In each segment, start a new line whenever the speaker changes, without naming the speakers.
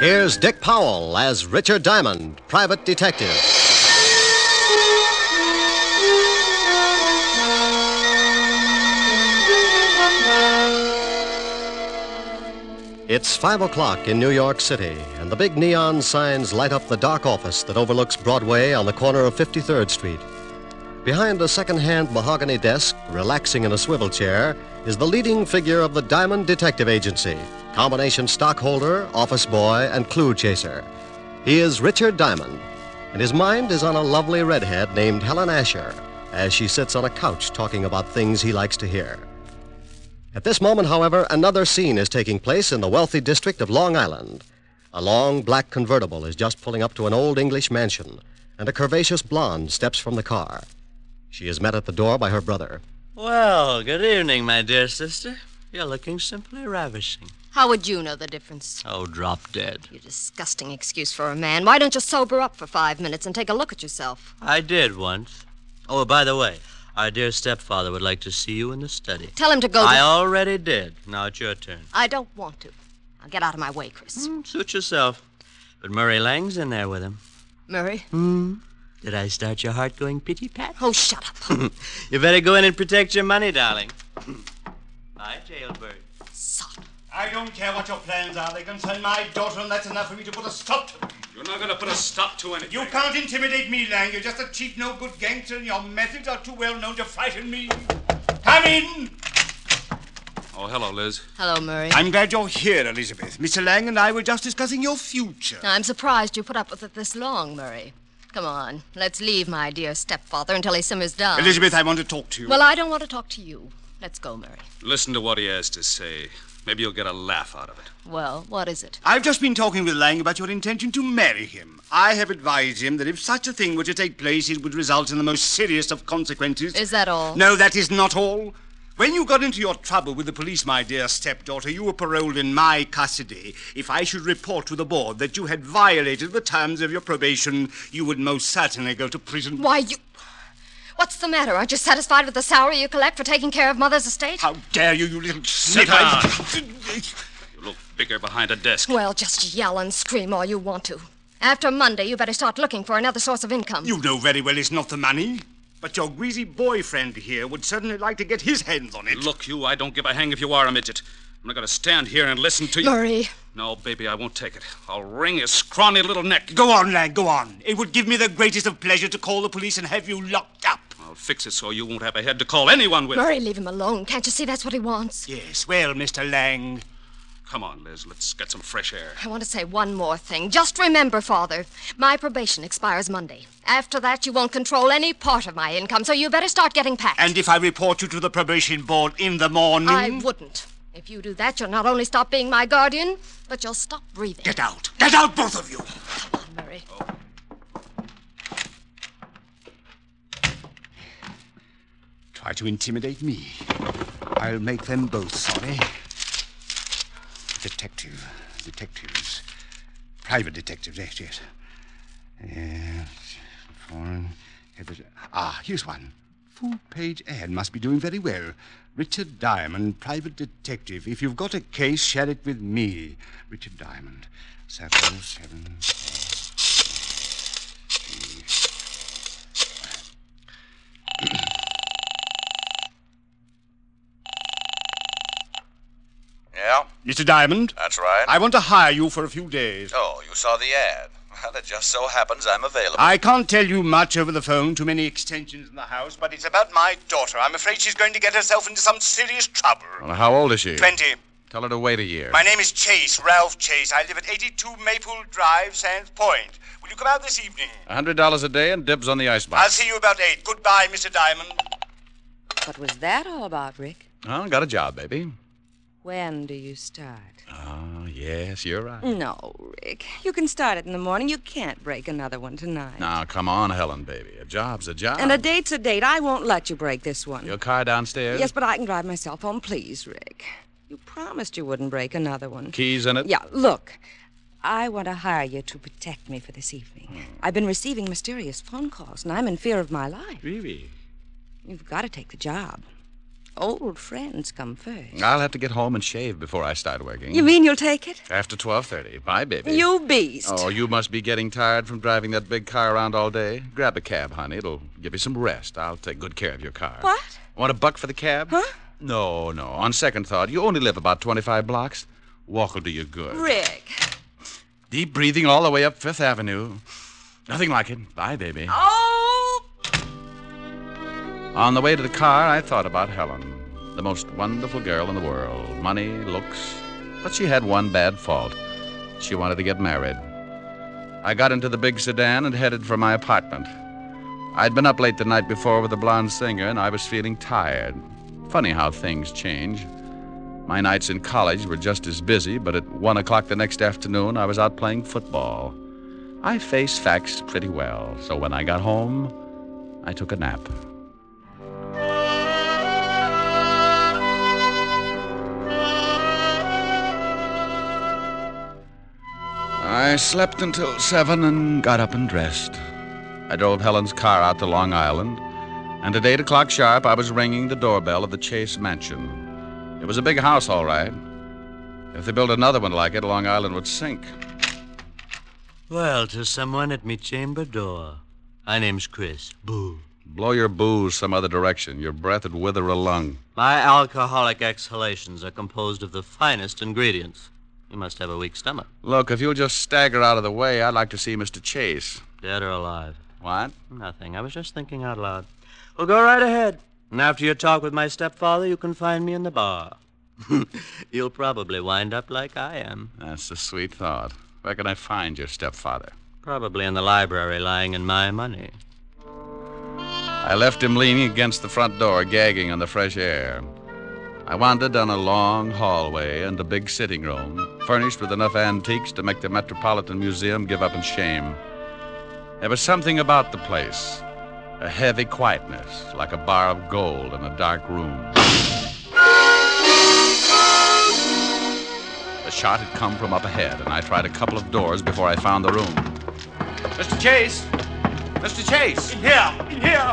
Here's Dick Powell as Richard Diamond, private detective. It's 5 o'clock in New York City, and the big neon signs light up the dark office that overlooks Broadway on the corner of 53rd Street. Behind a second-hand mahogany desk, relaxing in a swivel chair, is the leading figure of the Diamond Detective Agency, combination stockholder, office boy, and clue chaser. He is Richard Diamond, and his mind is on a lovely redhead named Helen Asher as she sits on a couch talking about things he likes to hear. At this moment, however, another scene is taking place in the wealthy district of Long Island. A long black convertible is just pulling up to an old English mansion, and a curvaceous blonde steps from the car. She is met at the door by her brother.
Well, good evening, my dear sister. You're looking simply ravishing.
How would you know the difference?
Oh, drop dead.
You disgusting excuse for a man. Why don't you sober up for five minutes and take a look at yourself?
I did once. Oh, by the way, our dear stepfather would like to see you in the study.
Tell him to go.
I
to-
already did. Now it's your turn.
I don't want to. Now get out of my way, Chris.
Hmm, Suit yourself. But Murray Lang's in there with him.
Murray.
Did I start your heart going pitty pat?
Oh, shut up.
Mm.
You better go in and protect your money, darling. Bye, jailbird.
Sod.
I don't care what your plans are. They concern my daughter, and that's enough for me to put a stop to them.
You're not going to put a stop to anything.
You can't intimidate me, Lang. You're just a cheap, no good gangster, and your methods are too well known to frighten me. Come in!
Oh, hello, Liz.
Hello, Murray.
I'm glad you're here, Elizabeth. Mr. Lang and I were just discussing your future.
I'm surprised you put up with it this long, Murray. Come on, let's leave my dear stepfather until he simmers down.
Elizabeth, I want to talk to you.
Well, I don't want to talk to you. Let's go, Murray.
Listen to what he has to say. Maybe you'll get a laugh out of it.
Well, what is it?
I've just been talking with Lang about your intention to marry him. I have advised him that if such a thing were to take place, it would result in the most serious of consequences.
Is that all?
No, that is not all. When you got into your trouble with the police, my dear stepdaughter, you were paroled in my custody. If I should report to the board that you had violated the terms of your probation, you would most certainly go to prison.
Why, you. What's the matter? Aren't you satisfied with the salary you collect for taking care of Mother's estate?
How dare you, you little snip!
down.
I-
You look bigger behind a desk.
Well, just yell and scream all you want to. After Monday, you better start looking for another source of income.
You know very well it's not the money. But your greasy boyfriend here would certainly like to get his hands on it.
Look, you, I don't give a hang if you are a midget. I'm not going to stand here and listen to you.
Murray.
No, baby, I won't take it. I'll wring his scrawny little neck.
Go on, lad, go on. It would give me the greatest of pleasure to call the police and have you locked up.
I'll fix it so you won't have a head to call anyone with.
Murray, leave him alone. Can't you see that's what he wants?
Yes, well, Mr. Lang.
Come on, Liz, let's get some fresh air.
I want to say one more thing. Just remember, Father, my probation expires Monday. After that, you won't control any part of my income, so you better start getting packed.
And if I report you to the probation board in the morning.
I wouldn't. If you do that, you'll not only stop being my guardian, but you'll stop breathing.
Get out. Get out, both of you.
Murray.
Try to intimidate me. I'll make them both sorry. Detective. Detectives. Private detectives, yes, yes. Yes. Foreign. Ah, here's one. Full page ad must be doing very well. Richard Diamond, private detective. If you've got a case, share it with me. Richard Diamond. Circle seven.
Yeah,
Mr. Diamond,
that's right.
I want to hire you for a few days.
Oh, you saw the ad. Well, it just so happens I'm available.
I can't tell you much over the phone, too many extensions in the house, but
It's about my daughter. I'm afraid she's going to get herself into some serious trouble.
How old is she?
20.
Tell her to wait a year.
My name is Chase, Ralph Chase. I live at 82 Maple Drive, Sands Point. Will you come out this evening?
A hundred dollars a day and dibs on the
I'll
icebox.
see you about 8. Goodbye, Mr. Diamond.
What was that all about, Rick?
Oh, got a job, baby.
When do you start?
Ah,
Oh, yes, you're right.
Mm.
No, Rick. You can start it in the morning. You can't break another one tonight.
Now, come on, Helen, baby. A job's a job.
And a date's a date. I won't let you break this one.
Your car downstairs?
Yes, but I can drive myself home, please, Rick. You promised you wouldn't break another one.
Keys in it?
Yeah, look. I want to hire you to protect me for this evening. I've been receiving mysterious phone calls, and I'm in fear of my life.
Really?
You've got to take the job. Old friends come first.
I'll have to get home and shave before I start working.
You mean you'll take it?
After 12.30. Bye, baby.
You beast.
Oh, you must be getting tired from driving that big car around all day. Grab a cab, honey. It'll give you some rest. I'll take good care of your car.
What?
Want a buck for the cab?
Huh?
No, no. On second thought, you only live about 25 blocks. Walk will do you good.
Rick.
Deep breathing all the way up Fifth Avenue. Nothing like it. Bye, baby.
Oh!
On the way to the car, I thought about Helen, the most wonderful girl in the world. Money, looks. But she had one bad fault. She wanted to get married. I got into the big sedan and headed for my apartment. I'd been up late the night before with the blonde singer, and I was feeling tired. Funny how things change. My nights in college were just as busy, but at one o'clock the next afternoon, I was out playing football. I face facts pretty well, so when I got home, I took a nap. I slept until seven and got up and dressed. I drove Helen's car out to Long Island, and at eight o'clock sharp, I was ringing the doorbell of the Chase Mansion. It was a big house, all right. If they built another one like it, Long Island would sink.
Well, to someone at me chamber door. My name's Chris. Boo.
Blow your booze some other direction. Your breath would wither a lung.
My alcoholic exhalations are composed of the finest ingredients. You must have a weak stomach,
Look, if you'll just stagger out of the way, I'd like to see Mr. Chase.
dead or alive.
What?
Nothing. I was just thinking out loud. Well, go right ahead. And after your talk with my stepfather, you can find me in the bar. You'll probably wind up like I am.
That's a sweet thought. Where can I find your stepfather?
Probably in the library, lying in my money.
I left him leaning against the front door, gagging on the fresh air. I wandered down a long hallway and a big sitting room, furnished with enough antiques to make the Metropolitan Museum give up in shame. There was something about the place a heavy quietness, like a bar of gold in a dark room. The shot had come from up ahead, and I tried a couple of doors before I found the room. Mr. Chase! Mr. Chase!
Here, in here.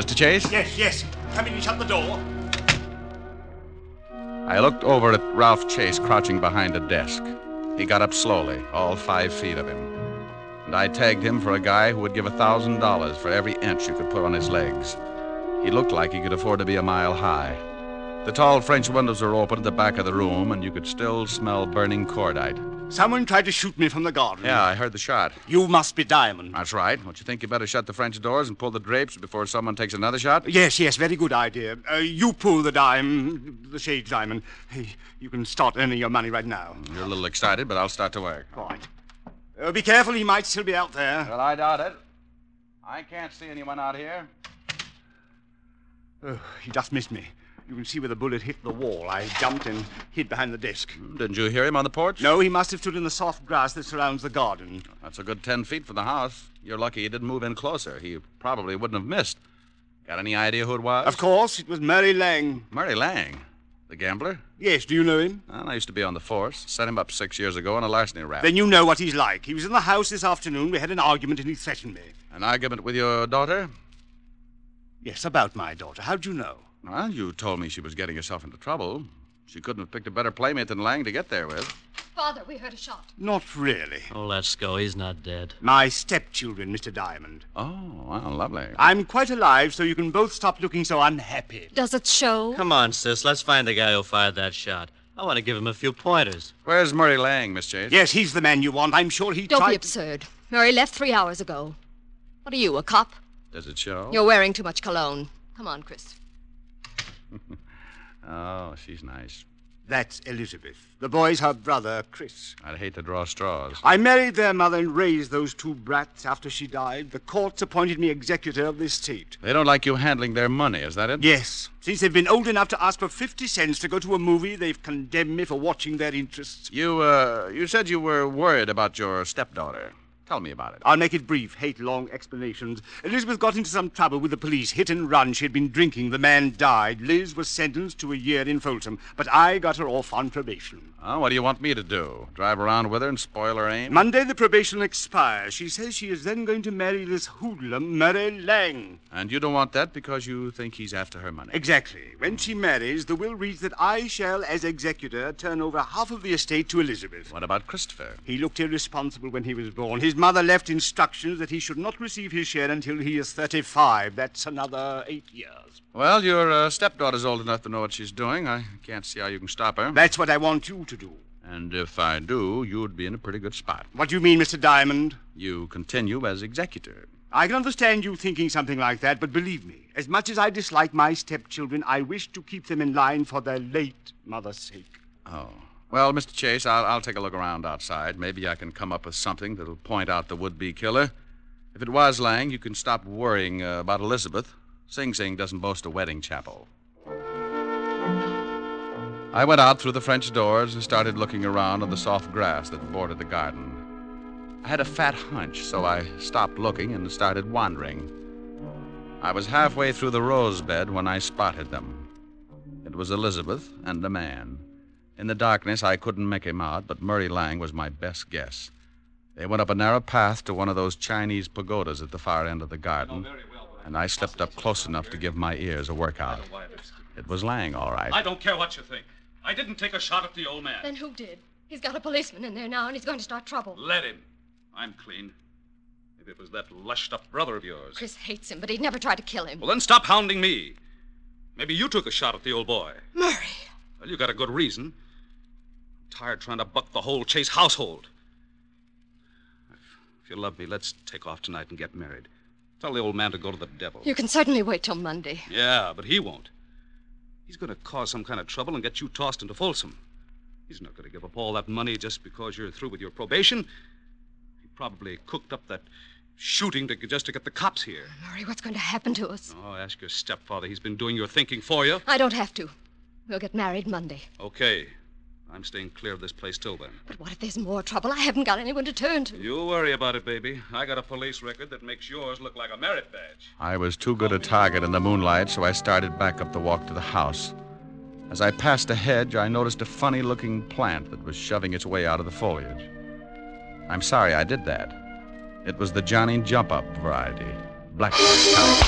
Mr. Chase?
Yes, yes. Come in and shut the door.
I looked over at Ralph Chase crouching behind a desk. He got up slowly, all five feet of him. And I tagged him for a guy who would give a thousand dollars for every inch you could put on his legs. He looked like he could afford to be a mile high. The tall French windows were open at the back of the room, and you could still smell burning cordite.
Someone tried to shoot me from the garden.
Yeah, I heard the shot.
You must be Diamond.
That's right. Don't you think you better shut the French doors and pull the drapes before someone takes another shot?
Yes, yes, very good idea. Uh, you pull the dime, the shade diamond. Hey, you can start earning your money right now.
You're a little excited, but I'll start to work.
Right. Uh, be careful, he might still be out there.
Well, I doubt it. I can't see anyone out here.
Oh, he just missed me. You can see where the bullet hit the wall. I jumped and hid behind the desk.
Didn't you hear him on the porch?
No, he must have stood in the soft grass that surrounds the garden.
That's a good ten feet from the house. You're lucky he didn't move in closer. He probably wouldn't have missed. Got any idea who it was?
Of course, it was Murray Lang.
Murray Lang, the gambler.
Yes, do you know him?
Well, I used to be on the force. Set him up six years ago in a larceny rap.
Then you know what he's like. He was in the house this afternoon. We had an argument and he threatened me.
An argument with your daughter?
Yes, about my daughter. How'd you know?
Well, you told me she was getting herself into trouble. She couldn't have picked a better playmate than Lang to get there with.
Father, we heard a shot.
Not really.
Oh, let's go. He's not dead.
My stepchildren, Mr. Diamond.
Oh, well, lovely.
I'm quite alive, so you can both stop looking so unhappy.
Does it show?
Come on, sis. Let's find the guy who fired that shot. I want to give him a few pointers.
Where's Murray Lang, Miss Chase?
Yes, he's the man you want. I'm sure he
Don't
tried.
be absurd. Murray left three hours ago. What are you, a cop?
Does it show?
You're wearing too much cologne. Come on, Chris.
Oh, she's nice.
That's Elizabeth. The boy's her brother, Chris.
I'd hate to draw straws.
I married their mother and raised those two brats after she died. The courts appointed me executor of the estate.
They don't like you handling their money, is that it?
Yes. Since they've been old enough to ask for 50 cents to go to a movie, they've condemned me for watching their interests.
You, uh, you said you were worried about your stepdaughter. Tell me about it.
I'll make it brief, hate long explanations. Elizabeth got into some trouble with the police, hit and run. She had been drinking. The man died. Liz was sentenced to a year in Folsom, but I got her off on probation.
Oh, what do you want me to do? Drive around with her and spoil her aim?
Monday, the probation expires. She says she is then going to marry this hoodlum, Murray Lang.
And you don't want that because you think he's after her money.
Exactly. When she marries, the will reads that I shall, as executor, turn over half of the estate to Elizabeth.
What about Christopher?
He looked irresponsible when he was born. His mother left instructions that he should not receive his share until he is 35. That's another eight years.
Well, your uh, stepdaughter's old enough to know what she's doing. I can't see how you can stop her.
That's what I want you to do.
And if I do, you'd be in a pretty good spot.
What do you mean, Mr. Diamond?
You continue as executor.
I can understand you thinking something like that, but believe me, as much as I dislike my stepchildren, I wish to keep them in line for their late mother's sake.
Oh. Well, Mr. Chase, I'll, I'll take a look around outside. Maybe I can come up with something that'll point out the would be killer. If it was Lang, you can stop worrying uh, about Elizabeth. Sing Sing doesn't boast a wedding chapel. I went out through the French doors and started looking around on the soft grass that bordered the garden. I had a fat hunch, so I stopped looking and started wandering. I was halfway through the rose bed when I spotted them. It was Elizabeth and a man. In the darkness, I couldn't make him out, but Murray Lang was my best guess. They went up a narrow path to one of those Chinese pagodas at the far end of the garden, and I slipped up close enough to give my ears a workout. It was Lang, all
I
right.
don't care what you think. I didn't take a shot at the old man.
Then who did? He's got a policeman in there now, and he's going to start trouble.
Let him. I'm clean. If it was that lushed up brother of yours.
Chris hates him, but he'd never try to kill him.
Well, then stop hounding me. Maybe you took a shot at the old boy.
Murray!
Well, you got a good reason. I'm tired trying to buck the whole Chase household. If you love me, let's take off tonight and get married. Tell the old man to go to the devil.
You can certainly wait till Monday.
Yeah, but he won't. He's going to cause some kind of trouble and get you tossed into Folsom. He's not going to give up all that money just because you're through with your probation. He probably cooked up that shooting to, just to get the cops here.
Murray, what's going to happen to us?
Oh, ask your stepfather. He's been doing your thinking for you.
I don't have to. We'll get married Monday.
Okay. I'm staying clear of this place till then.
But what if there's more trouble? I haven't got anyone to turn to.
You worry about it, baby. I got a police record that makes yours look like a merit badge.
I was too good a target in the moonlight, so I started back up the walk to the house. As I passed a hedge, I noticed a funny looking plant that was shoving its way out of the foliage. I'm sorry I did that. It was the Johnny Jump Up variety, blackbird type.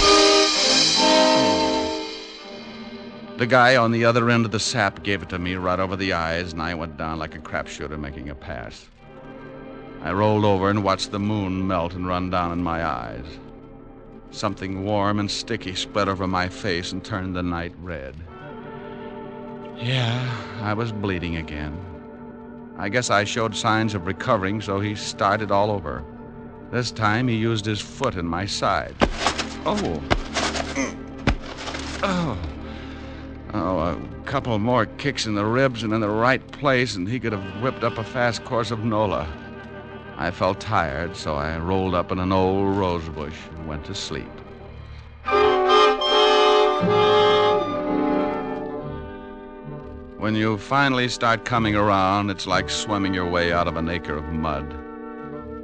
The guy on the other end of the sap gave it to me right over the eyes, and I went down like a crapshooter making a pass. I rolled over and watched the moon melt and run down in my eyes. Something warm and sticky spread over my face and turned the night red. Yeah, I was bleeding again. I guess I showed signs of recovering, so he started all over. This time he used his foot in my side. Oh. Oh. Oh, a couple more kicks in the ribs and in the right place, and he could have whipped up a fast course of Nola. I felt tired, so I rolled up in an old rose bush and went to sleep. When you finally start coming around, it's like swimming your way out of an acre of mud.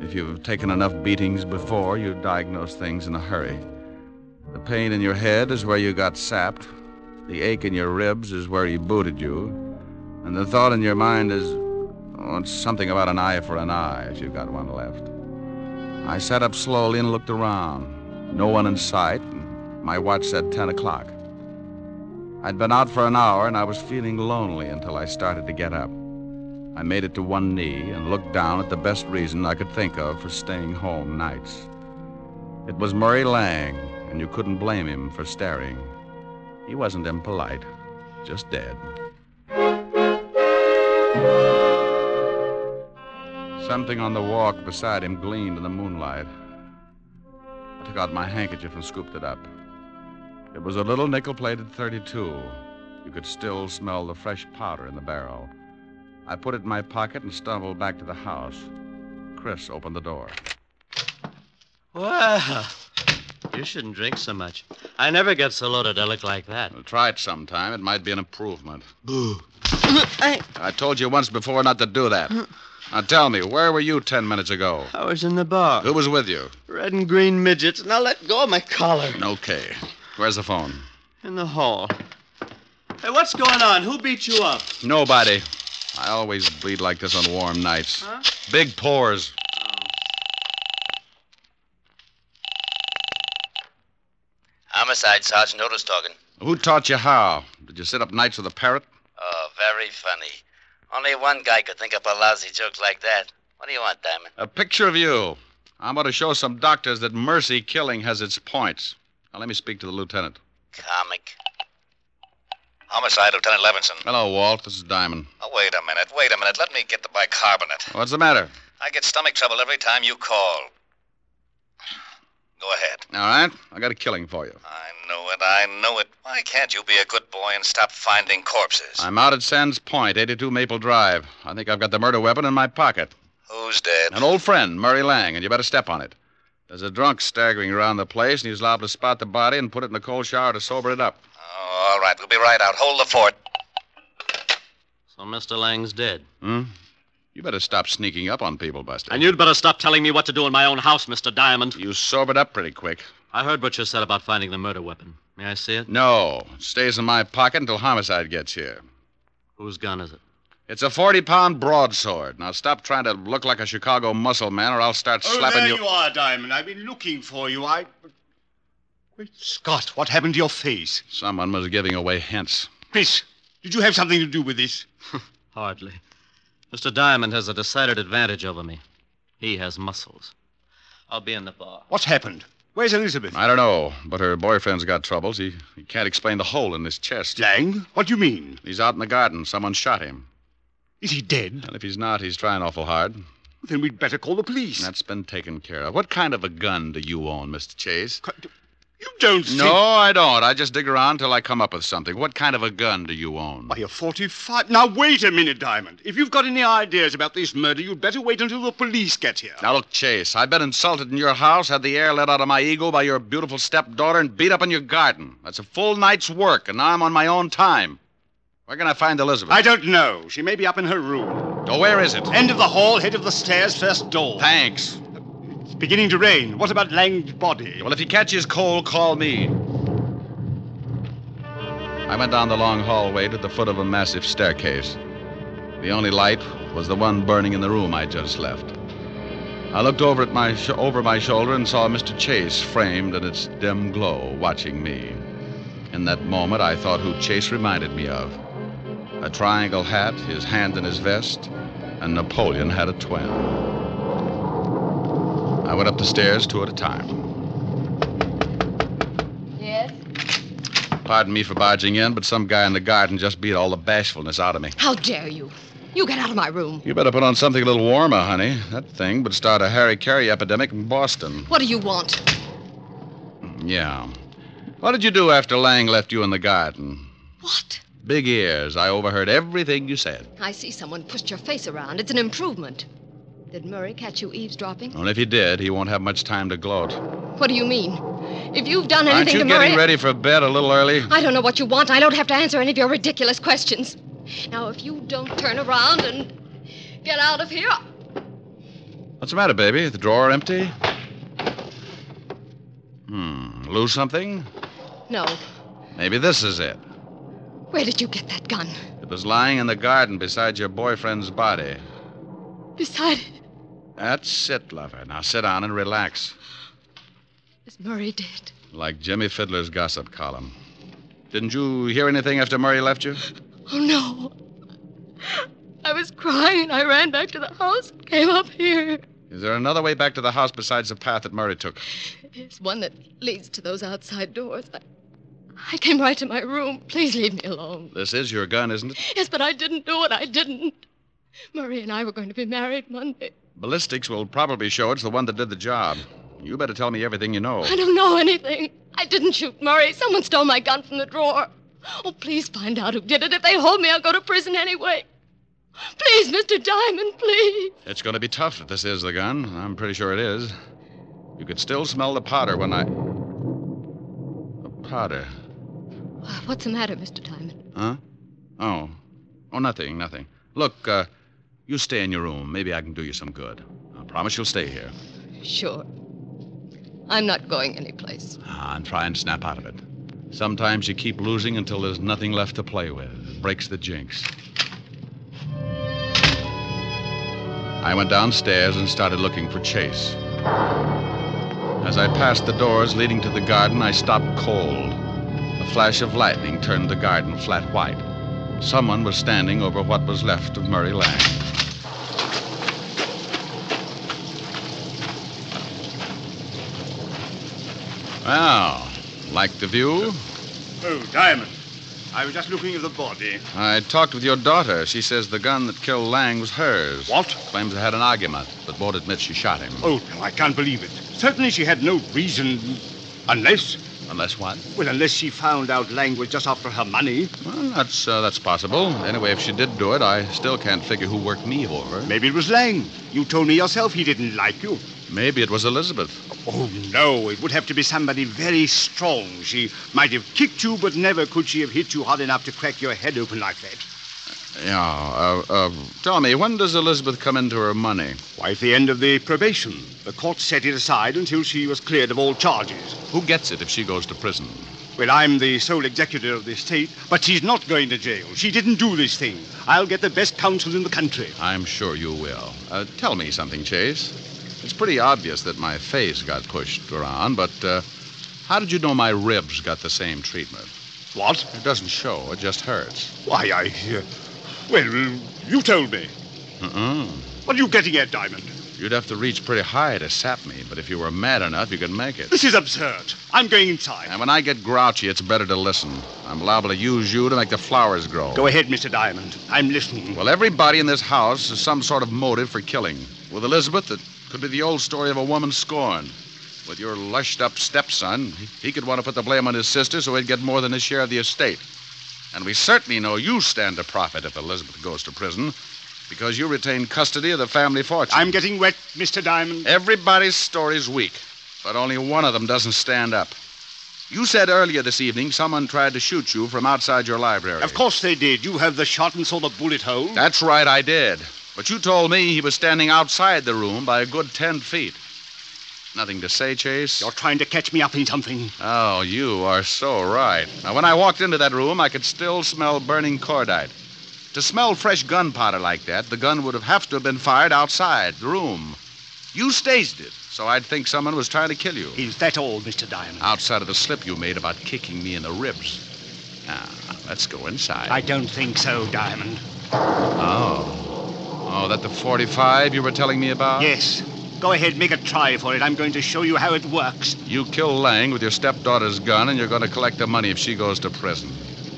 If you've taken enough beatings before, you diagnose things in a hurry. The pain in your head is where you got sapped, the ache in your ribs is where he booted you, and the thought in your mind is, oh, it's something about an eye for an eye, if you've got one left. I sat up slowly and looked around. No one in sight, and my watch said 10 o'clock. I'd been out for an hour, and I was feeling lonely until I started to get up. I made it to one knee and looked down at the best reason I could think of for staying home nights. It was Murray Lang, and you couldn't blame him for staring. He wasn't impolite, just dead. Something on the walk beside him gleamed in the moonlight. I took out my handkerchief and scooped it up. It was a little nickel plated 32. You could still smell the fresh powder in the barrel. I put it in my pocket and stumbled back to the house. Chris opened the door.
Well, you shouldn't drink so much. I never get so loaded I look like that.
Well, try it sometime. It might be an improvement.
Boo.
I told you once before not to do that. Now tell me, where were you ten minutes ago?
I was in the bar.
Who was with you?
Red and green midgets. Now let go of my collar.
Okay. Where's the phone?
In the hall. Hey, what's going on? Who beat you up?
Nobody. I always bleed like this on warm nights.
Huh?
Big pores.
Homicide Sergeant Otis talking.
Who taught you how? Did you sit up nights with a parrot?
Oh, very funny. Only one guy could think up a lousy joke like that. What do you want, Diamond?
A picture of you. I'm going to show some doctors that mercy killing has its points. Now, let me speak to the lieutenant.
Comic. Homicide, Lieutenant Levinson.
Hello, Walt. This is Diamond.
Oh, wait a minute, wait a minute. Let me get the bicarbonate.
What's the matter?
I get stomach trouble every time you call. Go ahead.
All right. I got a killing for you.
I know it, I know it. Why can't you be a good boy and stop finding corpses?
I'm out at Sands Point, 82 Maple Drive. I think I've got the murder weapon in my pocket.
Who's dead?
An old friend, Murray Lang, and you better step on it. There's a drunk staggering around the place, and he's liable to spot the body and put it in a cold shower to sober it up.
Oh, all right, we'll be right out. Hold the fort.
So Mr. Lang's dead.
Hmm? You better stop sneaking up on people, Buster.
And you'd better stop telling me what to do in my own house, Mr. Diamond.
You sobered up pretty quick.
I heard what you said about finding the murder weapon. May I see it?
No, it stays in my pocket until homicide gets here.
Whose gun is it?
It's a 40 pound broadsword. Now stop trying to look like a Chicago muscle man, or I'll start
Oh,
slapping
there you. are, Diamond. I've been looking for you. I. Great Scott, what happened to your face?
Someone was giving away hints.
Chris, did you have something to do with this?
Hardly. Mr. Diamond has a decided advantage over me. He has muscles. I'll be in the bar.
What happened? Where's Elizabeth?
I don't know, but her boyfriend's got troubles. He, he can't explain the hole in his chest.
Lang? What do you mean?
He's out in the garden. Someone shot him.
Is he dead?
And if he's not, he's trying awful hard.
Oh, Then we'd better call the police.
That's been taken care of. What kind of a gun do you own, Mr. Chase?
You don't think-
No, I don't. I just dig around till I come up with something. What kind of a gun do you own?
Why, you're 45. Now, wait a minute, Diamond. If you've got any ideas about this murder, you'd better wait until the police get here.
Now, look, Chase, I've been insulted in your house, had the air let out of my ego by your beautiful stepdaughter, and beat up in your garden. That's a full night's work, and now I'm on my own time. Where can I find Elizabeth?
I don't know. She may be up in her room.
Oh, where is it?
Eh.
End of the hall, head of the stairs, first door.
Thanks.
It's beginning to rain. What about Lang's body?
Well, if he catches cold, call me. I went down the long hallway to the foot of a massive staircase. The only light was the one burning in the room I just left. I looked over at my sh- over my shoulder and saw Mr. Chase framed in its dim glow, watching me. In that moment, I thought who Chase reminded me of. A triangle hat, his hand in his vest, and Napoleon had a twin. I went up the stairs two at a time.
Yes?
Pardon me for barging in, but some guy in the garden just beat all the bashfulness out of me.
How dare you? You get out of my room.
You better put on something a little warmer, honey. That thing would start a Harry Carey epidemic in Boston.
What do you want?
Yeah. What did you do after Lang left you in the garden?
What?
Big ears. I overheard everything you said.
I see someone pushed your face around. It's an improvement. Did Murray catch you eavesdropping?
And if he did, he won't have much time to gloat.
What do you mean? If you've done
Aren't
anything to
you
Murray.
getting ready for bed a little early?
I don't know what you want. I don't have to answer any of your ridiculous questions. Now, if you don't turn around and get out of here,
What's the matter, baby? The drawer empty? Hmm. Lose something?
no.
Maybe this is it.
Where did you get that gun?
It was lying in the garden beside your boyfriend's body.
Beside,
That's it, lover. Now sit down and relax.
is Murray dead?
Like Jimmy Fiddler's gossip column. Didn't you hear anything after Murray left you?
Oh no! I was crying and I ran back to the house and came up here.
Is there another way back to the house besides the path that Murray took?
It's one that leads to those outside doors. I, I came right to my room. Please leave me alone.
This is your gun, isn't it?
Yes, but I didn't do it. I didn't. Murray and I were going to be married Monday.
Ballistics will probably show it's the one that did the job. You better tell me everything you know.
I don't know anything. I didn't shoot Murray. Someone stole my gun from the drawer. Oh, please find out who did it. If they hold me, I'll go to prison anyway. Please, Mr. Diamond, please.
It's going to be tough if this is the gun. I'm pretty sure it is. You could still smell the powder when I. The powder,
What's the matter, Mr. Diamond?
huh? Oh, oh, nothing, nothing. Look, uh, you stay in your room. Maybe I can do you some good. I promise you'll stay here.
Sure. I'm not going anyplace.
Ah, and try and snap out of it. Sometimes you keep losing until there's nothing left to play with. It breaks the jinx. I went downstairs and started looking for Chase. As I passed the doors leading to the garden, I stopped cold. A flash of lightning turned the garden flat white. Someone was standing over what was left of Murray Lang. Well, like the view?
Oh, Diamond. I was just looking at the body.
I talked with your daughter. She says the gun that killed Lang was hers. What? Claims they had an argument, but won't admit she shot him.
Oh, no, I can't believe it. Certainly she had no reason. Unless.
Unless what?
Well, unless she found out Lang was just after her money.
Well, that's uh, that's possible. Anyway, if she did do it, I still can't figure who worked me over.
Maybe it was Lang. You told me yourself he didn't like you.
Maybe it was Elizabeth.
Oh, no. It would have to be somebody very strong. She might have kicked you, but never could she have hit you hard enough to crack your head open like that.
Yeah. Uh, uh, tell me, when does Elizabeth come into her money?
Why, at the end of the probation. The court set it aside until she was cleared of all charges.
Who gets it if she goes to prison?
Well, I'm the sole executor of the estate, but she's not going to jail. She didn't do this thing. I'll get the best counsel in the country.
I'm sure you will. Uh, tell me something, Chase. It's pretty obvious that my face got pushed around, but uh, how did you know my ribs got the same treatment?
What?
It doesn't show. It just hurts.
Why, I. Uh, well, you told me.
Uh-uh.
What are you getting at, Diamond?
You'd have to reach pretty high to sap me, but if you were mad enough, you could make it.
This is absurd. I'm going inside.
And when I get grouchy, it's better to listen. I'm liable to use you to make the flowers grow.
Go ahead, Mr. Diamond. I'm listening.
Well, everybody in this house has some sort of motive for killing. With Elizabeth, it could be the old story of a woman scorned. With your lushed up stepson, he- he could want to put the blame on his sister so he'd get more than his share of the estate. And we certainly know you stand to profit if Elizabeth goes to prison because you retain custody of the family fortune.
I'm getting wet, Mr. Diamond.
Everybody's story's weak, but only one of them doesn't stand up. You said earlier this evening someone tried to shoot you from outside your library.
Of course they did. You have the shot and saw the bullet hole.
That's right, I did. But you told me he was standing outside the room by a good ten feet. Nothing to say, Chase?
You're trying to catch me up in something.
Oh, you are so right. Now, when I walked into that room, I could still smell burning cordite. To smell fresh gunpowder like that, the gun would have have to have been fired outside the room. You staged it, so I'd think someone was trying to kill you.
Is that all, Mr. Diamond?
Outside of the slip you made about kicking me in the ribs. Now, let's go inside.
I don't think so, Diamond.
Oh. Oh, that the 45 you were telling me about?
Yes. Go ahead, make a try for it. I'm going to show you how it works.
You kill Lang with your stepdaughter's gun, and you're going to collect the money if she goes to prison.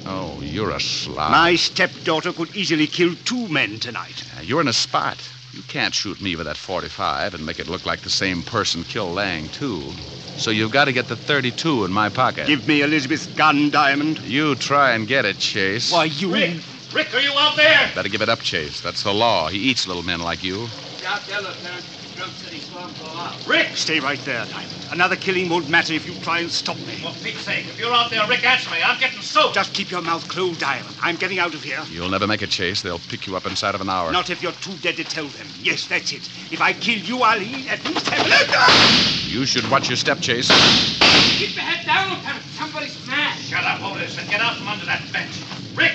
Oh, you're a slob.
My stepdaughter could easily kill two men tonight.
Now, Ah, You're in a spot. You can't shoot me with that 45 and make it look like the same person killed Lang, too. So you've got to get the 32 in my pocket.
Give me Elizabeth's gun, Diamond.
You try and get it, Chase.
Why, you.
Rick, are you out there?
Better give it up, Chase. That's the law. He eats little men like you.
Out there, Lieutenant. Drum City slum for out.
Rick! Stay right there, Diamond. Another killing won't matter if you try and stop me.
For Pete's sake, if you're out there, Rick, answer me. I'm getting soaked.
Just keep your mouth closed, Diamond. I'm getting out of here.
You'll never make it, Chase. They'll pick you up inside of an hour.
Not if you're too dead to tell them. Yes, that's it. If I kill you, I'll eat at least have Ah!
You should watch your step, Chase.
Keep your head down, Lieutenant. Somebody's mad. Shut up, Otis, and get out from under that bench. Rick!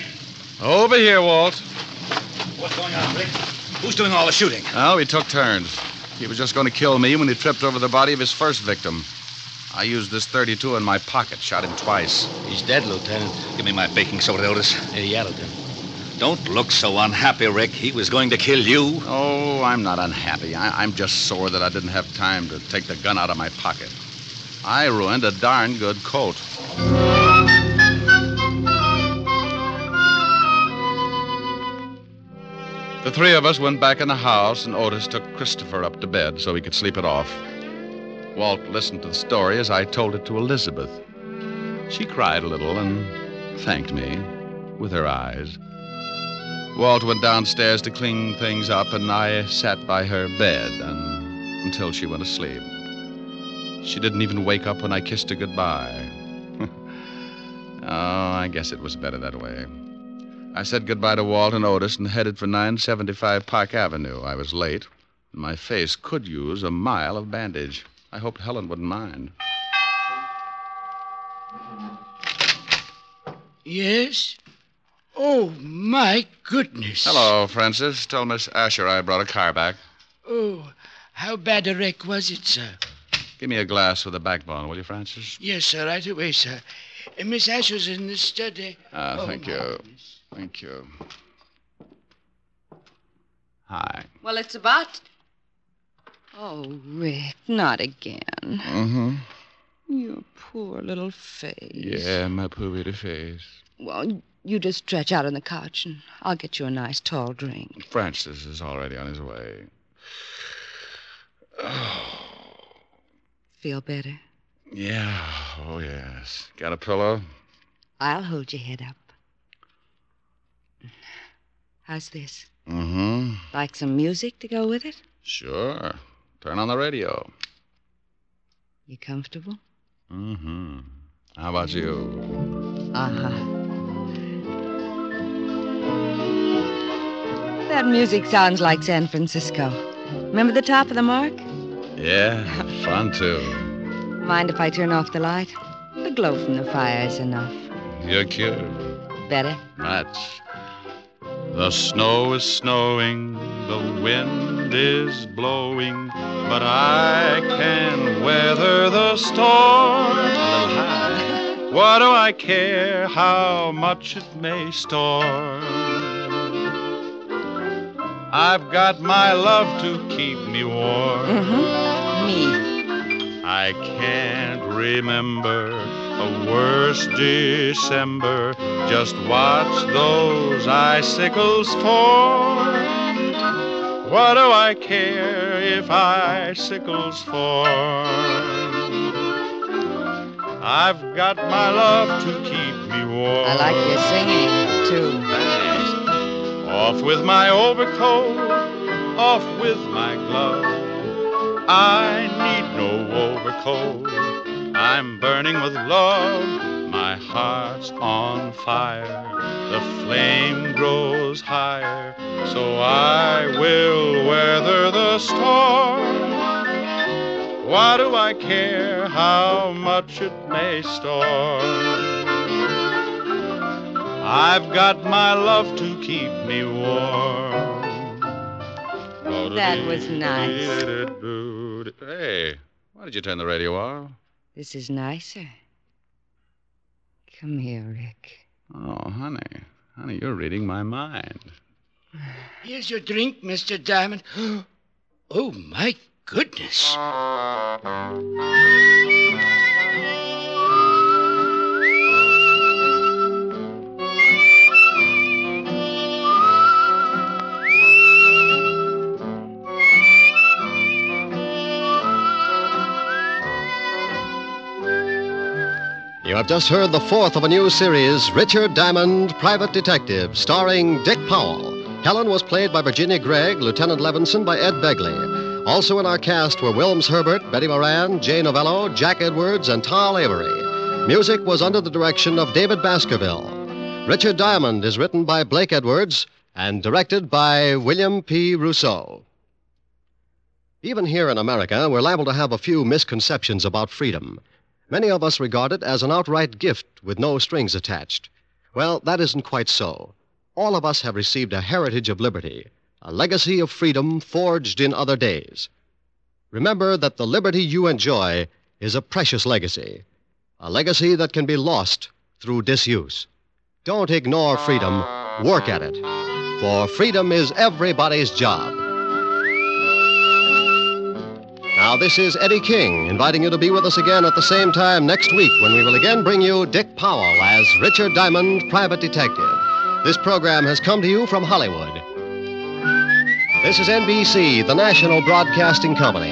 Over here, Walt.
What's going on, Rick? Who's doing all the shooting?
Well, we Oh, took turns. He was just going to kill me when he tripped over the body of his first victim. I used this 32 in my pocket, shot him twice.
He's dead, Lieutenant. Give me my baking soda, Otis. Hey, yeah, Lieutenant. Don't look so unhappy, Rick. He was going to kill you.
Oh, I'm not unhappy. I, I'm just sore that I didn't have time to take the gun out of my pocket. I ruined a darn good coat. The three of us went back in the house, and Otis took Christopher up to bed so he could sleep it off. Walt listened to the story as I told it to Elizabeth. She cried a little, and thanked me with her eyes. Walt went downstairs to clean things up, and I sat by her bed and, until she went asleep. She didn't even wake up when I kissed her goodbye. oh, I guess it was better that way. I said goodbye to Walt and Otis and headed for 975 Park Avenue. I was late, and my face could use a mile of bandage. I hoped Helen wouldn't mind.
Yes? Oh, my goodness.
Hello, Francis. Tell Miss Asher I brought a car back.
Oh, how bad a wreck was it, sir?
Give me a glass with a backbone, will you, Francis?
Yes, sir, right away, sir. Uh, Miss Asher's in the study.
Ah,
Oh,
thank
my-
you. Thank you. Hi.
Well, it's about. Oh, Rick, not again.
Mm-hmm.
Your poor little face.
Yeah, my poor little face.
Well, you just stretch out on the couch and I'll get you a nice tall drink.
Francis is already on his way.
Feel better?
Yeah. Oh, yes. Got a pillow?
I'll hold your head up. How's this?
Mm-hmm.
Like some music to go with it?
Sure. Turn on the radio.
You comfortable?
Mm-hmm. How about you?
Uh-huh. That music sounds like San Francisco. Remember the top of the mark?
Yeah, fun too.
Mind if I turn off the light? The glow from the fire is enough.
You're cute.
Better?
Much. The snow is snowing, the wind is blowing, but I can weather the storm. A little high. Why do I care how much it may storm? I've got my love to keep me warm. I can't remember a worse December. Just watch those icicles form. What do I care if icicles form? I've got my love to keep me warm. I like
singing,
your
too.
Thanks. Off with my overcoat, off with my glove. I need no overcoat. I'm burning with love. My heart's on fire. The flame grows higher. So I will weather the storm. Why do I care how much it may storm? I've got my love to keep me warm.
That was nice.
Hey, why did you turn the radio off?
This is nicer. Come here, Rick.
Oh, honey. Honey, you're reading my mind.
Here's your drink, Mr. Diamond. Oh, my goodness.
You have just heard the fourth of a new series, Richard Diamond, Private Detective, starring Dick Powell. Helen was played by Virginia Gregg, Lieutenant Levinson by Ed Begley. Also in our cast were Wilms Herbert, Betty Moran, Jay Novello, Jack Edwards, and Tal Avery. Music was under the direction of David Baskerville. Richard Diamond is written by Blake Edwards and directed by William P. Rousseau. Even here in America, we're liable to have a few misconceptions about freedom. Many of us regard it as an outright gift with no strings attached. Well, that isn't quite so. All of us have received a heritage of liberty, a legacy of freedom forged in other days. Remember that the liberty you enjoy is a precious legacy, a legacy that can be lost through disuse. Don't ignore freedom, work at it, for freedom is everybody's job. Now, this is Eddie King inviting you to be with us again at the same time next week when we will again bring you Dick Powell as Richard Diamond, Private Detective. This program has come to you from Hollywood. This is NBC, the national broadcasting company.